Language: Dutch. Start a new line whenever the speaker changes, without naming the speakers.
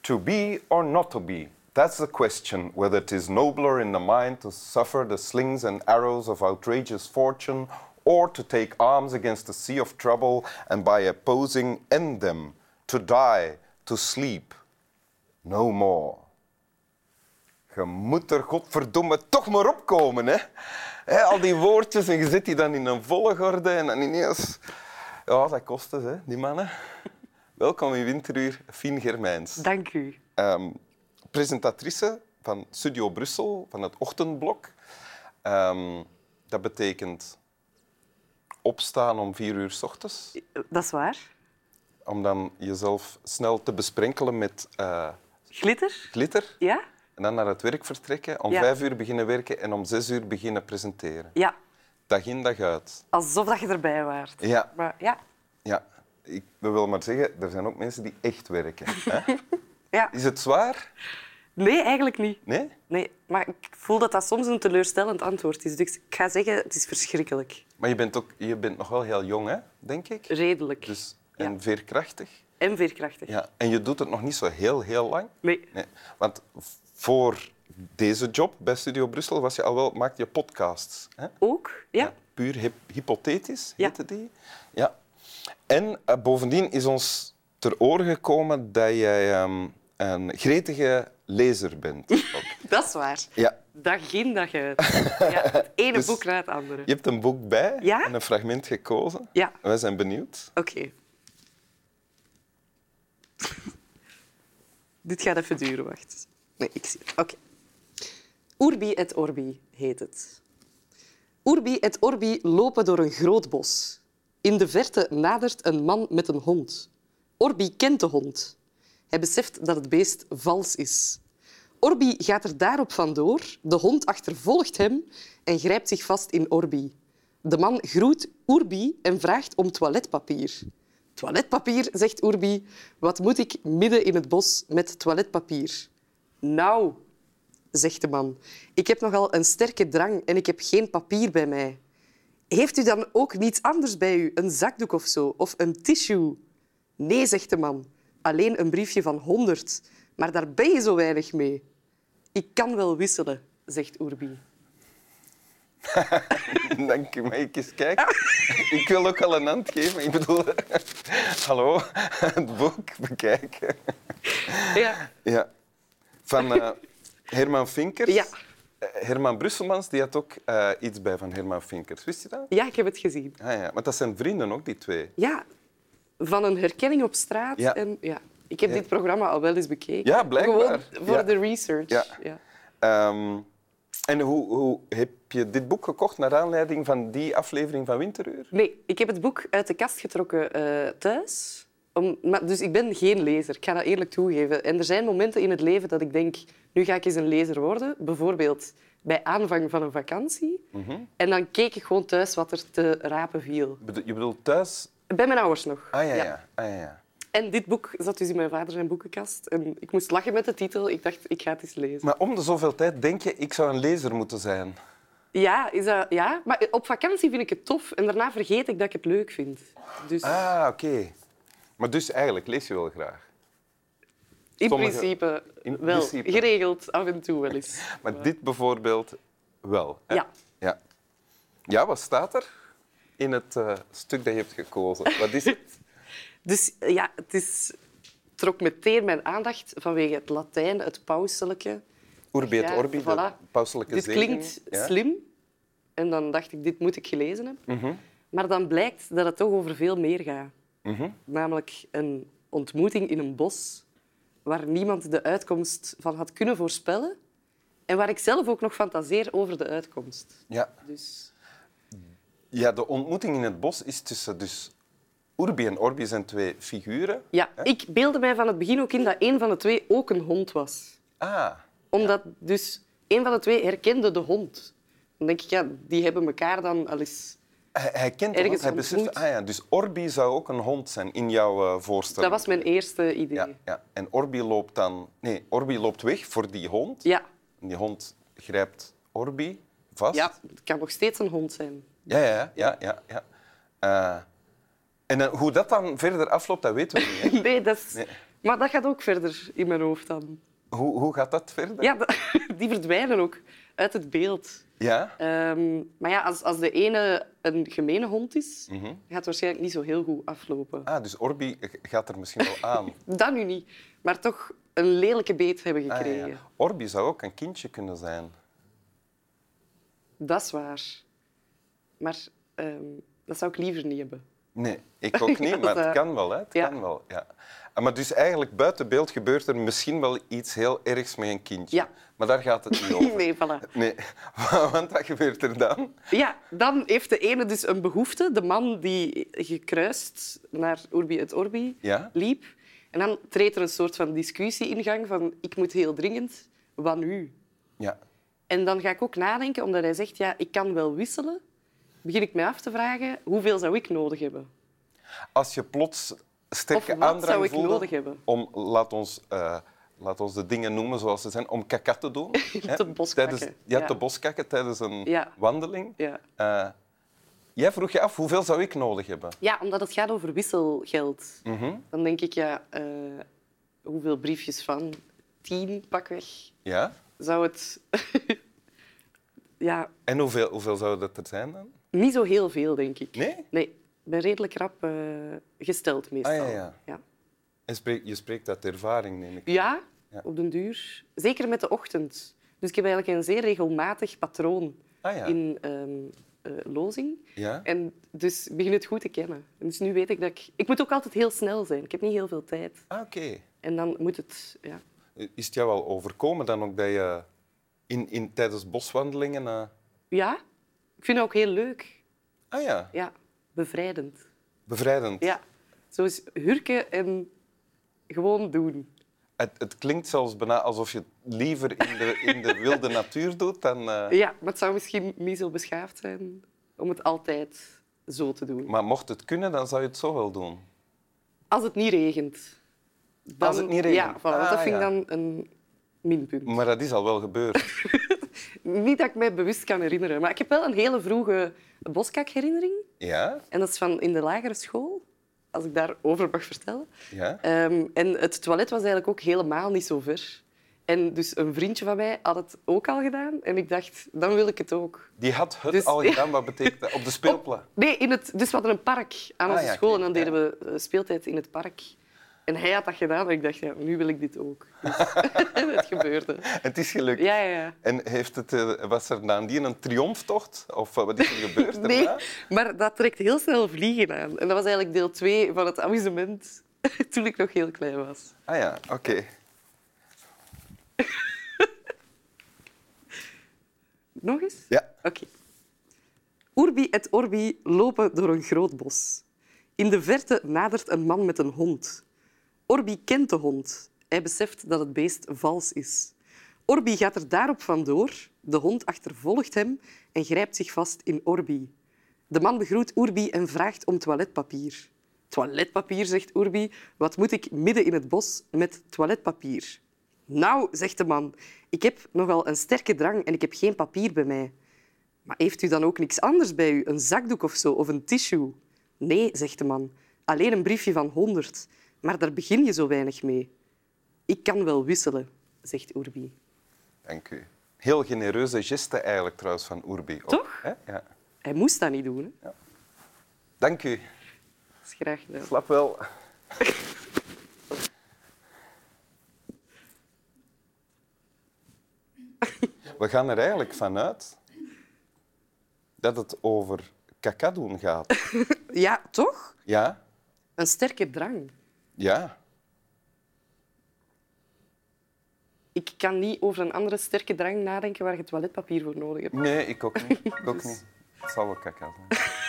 To be or not to be? That's the question, whether it is nobler in the mind to suffer the slings and arrows of outrageous fortune or to take arms against a sea of trouble and by opposing end them, to die, to sleep. No more. Je moet er godverdomme toch maar opkomen, hè? Hè, al die woordjes en je zit die dan in een volgorde en dan ineens... Ja, dat kost het, hè, die mannen. Welkom in Winteruur, Fien Germijns.
Dank u.
Ehm, presentatrice van Studio Brussel, van het ochtendblok. Ehm, dat betekent opstaan om vier uur s ochtends,
Dat is waar.
om dan jezelf snel te besprenkelen met eh,
Glitter?
glitter.
Ja?
En dan naar het werk vertrekken, om
Ja.
vijf uur beginnen werken en om zes uur beginnen presenteren.
Ja.
Dag in, dag uit.
Alsof dat je erbij waart.
Ja,
Maar ja.
ja. Ik wil maar zeggen, er zijn ook mensen die echt werken. Hè?
ja.
Is het zwaar?
Nee, eigenlijk niet.
Nee?
Nee, maar ik voel dat dat soms een teleurstellend antwoord is. Dus ik ga zeggen, het is verschrikkelijk.
Maar je bent, ook, je bent nog wel heel jong, hè? denk ik.
Redelijk.
Dus,
Ja.
en veerkrachtig.
En veerkrachtig.
Ja. En je doet het nog niet zo heel, heel lang.
Nee.
Nee. Want voor deze job bij Studio Brussel was je al wel, maakte je podcasts. Hè?
Ook? Ja.
Puur hyp- hypothetisch
Ja.
heette die. Ja. En eh, bovendien is ons ter oren gekomen dat jij ehm, een gretige lezer bent. ook.
Dat is waar.
ja.
Dag in, dag uit. Ja, het ene
Dus-
boek na het andere.
Je hebt een boek bij
Ja?
en een fragment gekozen.
Ja.
Wij zijn benieuwd.
Oké. Dit gaat even duren, wacht. Nee, ik zie het. Oké. Urbi et Orbi heet het. Urbi et Orbi lopen door een groot bos. In de verte nadert een man met een hond. Orbi kent de hond. Hij beseft dat het beest vals is. Orbi gaat er daarop vandoor, de hond achtervolgt hem en grijpt zich vast in Orbi. De man groet Urbi en vraagt om toiletpapier. Toiletpapier, zegt Urbi. Wat moet ik midden in het bos met toiletpapier? Nou, zegt de man, ik heb nogal een sterke drang en ik heb geen papier bij mij. Heeft u dan ook niets anders bij u, een zakdoek of zo, of een tissue? Nee, zegt de man, alleen een briefje van 100. Maar daar ben je zo weinig mee. Ik kan wel wisselen, zegt Urbi.
Dank u, mag ik eens kijken? Ik wil ook al een hand geven. Ik bedoel, hallo, het boek bekijken.
Ja.
Ja. Van eh, Herman Vinkers.
Ja.
Eh, Herman Brusselmans die had ook eh, iets bij van Herman Vinkers. Wist je dat?
ja, ik heb het gezien.
Ah, ja. Maar dat zijn vrienden ook, die twee.
Ja, van een herkenning op straat.
Ja.
En, ja. Ik heb dit programma al wel eens bekeken.
Ja, blijkbaar.
Gewoon voor
Ja.
de research.
Ja.
Ja.
Ehm, en hoe, hoe heb je dit boek gekocht naar aanleiding van die aflevering van Winteruur?
Nee, ik heb het boek uit de kast getrokken eh, thuis. Om, maar, dus ik ben geen lezer, ik ga dat eerlijk toegeven. En er zijn momenten in het leven dat ik denk, nu ga ik eens een lezer worden. Bijvoorbeeld bij aanvang van een vakantie.
Mhm.
En dan keek ik gewoon thuis wat er te rapen viel.
Bedo- Je bedoelt thuis?
Bij mijn ouders nog.
Ah ja,
Ja.
ja. Ah, ja, ja.
En dit boek zat dus in mijn vader zijn boekenkast. En ik moest lachen met de titel. Ik dacht, ik ga het eens lezen.
Maar om de zoveel tijd denk je, ik zou een lezer moeten zijn.
Ja, is dat, ja, maar op vakantie vind ik het tof en daarna vergeet ik dat ik het leuk vind. Dus
Ah, oké. Maar dus eigenlijk lees je wel graag.
in
sommige-
principe
in
wel.
principe.
Geregeld, af en toe wel eens.
Maar dit bijvoorbeeld wel. hè?
Ja.
ja. Ja, wat staat er in het eh, stuk dat je hebt gekozen? Wat is het?
Dus eh, ja, het is, trok meteen mijn aandacht vanwege het Latijn, het pauselijke.
Urbi et
Ja,
Orbi, de
voilà.
pauselijke
Dit
zegening.
klinkt
Ja.
slim. En dan dacht ik, dit moet ik gelezen hebben.
Mhm.
Maar dan blijkt dat het toch over veel meer gaat.
Mhm.
Namelijk een ontmoeting in een bos waar niemand de uitkomst van had kunnen voorspellen. En waar ik zelf ook nog fantaseer over de uitkomst.
Ja.
Dus
ja, de ontmoeting in het bos is tussen... Dus Urbi en Orbi zijn twee figuren.
ja, ik beelde mij van het begin ook in dat een van de twee ook een hond was.
Ah,
Omdat dus een van de twee herkende de hond. Dan denk ik, ja, die hebben elkaar dan al eens...
hij, hij kent de
Ergens
hond, hij beseft...
ontmoet.
Ah ja, dus Orbi zou ook een hond zijn in jouw eh,
Dat
voorstelling.
was mijn eerste idee.
Ja, ja. En Orbi loopt dan... Nee, Orbi loopt weg voor die hond.
Ja,
En die hond grijpt Orbi vast.
ja het kan nog steeds een hond zijn.
Ja, ja, ja. ja, ja. Eh, en dan, hoe dat dan verder afloopt, dat weten we niet. Hè?
Nee, dat is... Maar dat gaat ook verder in mijn hoofd dan.
Hoe, hoe gaat dat verder?
Ja, dat- die verdwijnen ook uit het beeld.
Ja?
Ehm, maar ja, als, als de ene een gemene hond is,
Mhm.
gaat het waarschijnlijk niet zo heel goed aflopen.
Ah, dus Orbi eh, gaat er misschien wel aan.
Dat nu niet, maar toch een lelijke beet hebben
Ah, ja,
gekregen.
ja. Orbi zou ook een kindje kunnen zijn.
Dat is waar. Maar ehm, dat zou ik liever niet hebben.
Nee, ik ook niet,
Ja,
maar
dat- eh,
het kan wel. Hè? Het
Ja.
kan wel ja. Ah, Maar dus eigenlijk buiten beeld gebeurt er misschien wel iets heel ergs met een kindje.
Ja.
Maar daar gaat het niet over.
Nee, voilà.
Nee, want wat gebeurt er dan?
Ja, dan heeft de ene dus een behoefte. De man die gekruist naar Urbi et Orbi
Ja.
liep. En dan treedt er een soort van discussie in gang van ik moet heel dringend, wat nu?
Ja.
En dan ga ik ook nadenken, omdat hij zegt, ja, ik kan wel wisselen. Begin ik mij af te vragen, hoeveel zou ik nodig hebben?
Als je plots sterke
Of wat
aandrang
zou ik
voelde
nodig hebben?
om, laat ons, eh, laat ons de dingen noemen zoals ze zijn, om kaka te doen. hè,
boskakken,
Tijdens, ja,
ja.
te boskakken tijdens een
Ja.
wandeling.
Ja.
Eh, jij vroeg je af, hoeveel zou ik nodig hebben?
Ja, omdat het gaat over wisselgeld.
Mhm.
Dan denk ik, ja, eh, hoeveel briefjes van? Tien pakweg.
Ja?
Zou het... ja,
En hoeveel, hoeveel zou dat er zijn dan?
niet zo heel veel, denk ik.
Nee?
Nee, ik ben redelijk rap eh, gesteld meestal.
Ah, ja, ja.
Ja.
En spreek, je spreekt uit ervaring, neem ik.
Ja,
Ja.
op den duur. Zeker met de ochtend. Dus ik heb eigenlijk een zeer regelmatig patroon
Ah, ja.
in ehm, eh, lozing.
Ja?
En dus ik begin het goed te kennen. En dus nu weet ik dat ik... Ik moet ook altijd heel snel zijn. Ik heb niet heel veel tijd.
Ah, oké.
En dan moet het... Ja.
Is het jou al overkomen dan ook dat je in, in, tijdens boswandelingen... eh,
ja, ik vind het ook heel leuk.
Ah ja,
Ja, bevrijdend.
bevrijdend.
Ja, zo is hurken en gewoon doen.
Het, het klinkt zelfs bijna alsof je het liever in de, in de wilde natuur doet dan... eh,
Ja, maar het zou misschien niet zo beschaafd zijn om het altijd zo te doen.
Maar mocht het kunnen, dan zou je het zo wel doen.
Als het niet regent. Dan-
Als het niet regent.
Ja, voilà, want dat
Ah,
vind ik
ja.
dan een minpunt.
Maar dat is al wel gebeurd.
Niet dat ik mij bewust kan herinneren, maar ik heb wel een hele vroege boskakherinnering.
Ja?
En dat is van in de lagere school, als ik daarover mag vertellen.
Ja?
Ehm, en het toilet was eigenlijk ook helemaal niet zo ver. En dus een vriendje van mij had het ook al gedaan. En ik dacht, dan wil ik het ook.
Die had het
Dus-
al gedaan. Wat betekent dat? Op de speelplaats.
Nee, in het, dus we hadden een park aan
Ah,
onze
ja,
school.
oké,
En dan
ja.
deden we eh, speeltijd in het park. En hij had dat gedaan. En ik dacht, ja, nu wil ik dit ook. Dus het gebeurde.
Het is gelukt.
Ja, ja, ja.
En heeft het, eh, was er nadien een triomftocht? Of eh, wat is er gebeurd
Nee,
daarna?
maar dat trekt heel snel vliegen aan. En dat was eigenlijk deel 2 van het amusement toen ik nog heel klein was.
Ah ja, oké.
Nog eens?
Ja.
Oké. Urbi et Orbi lopen door een groot bos. In de verte nadert een man met een hond. Orbi kent de hond. Hij beseft dat het beest vals is. Orbi gaat er daarop vandoor. De hond achtervolgt hem en grijpt zich vast in Orbi. De man begroet Urbi en vraagt om toiletpapier. Toiletpapier, zegt Urbi. Wat moet ik midden in het bos met toiletpapier? Nou, zegt de man, ik heb nogal een sterke drang en ik heb geen papier bij mij. Maar heeft u dan ook niks anders bij u? Een zakdoek of zo? Of een tissue? Nee, zegt de man. Alleen een briefje van 100. Maar daar begin je zo weinig mee. Ik kan wel wisselen, zegt Urbi.
Dank u. Heel genereuze geste eigenlijk trouwens van Urbi. ook,
Toch?
hè? Ja.
Hij moest dat niet doen. Hè?
Dank u.
Dat is graag gedaan.
Slap wel. We gaan er eigenlijk vanuit dat het over kaka doen gaat.
Ja, toch?
Ja?
Een sterke drang.
Ja.
Ik kan niet over een andere sterke drang nadenken waar je toiletpapier voor nodig hebt.
Nee, ik ook niet. Ik ook niet. Het zal wel kaka zijn.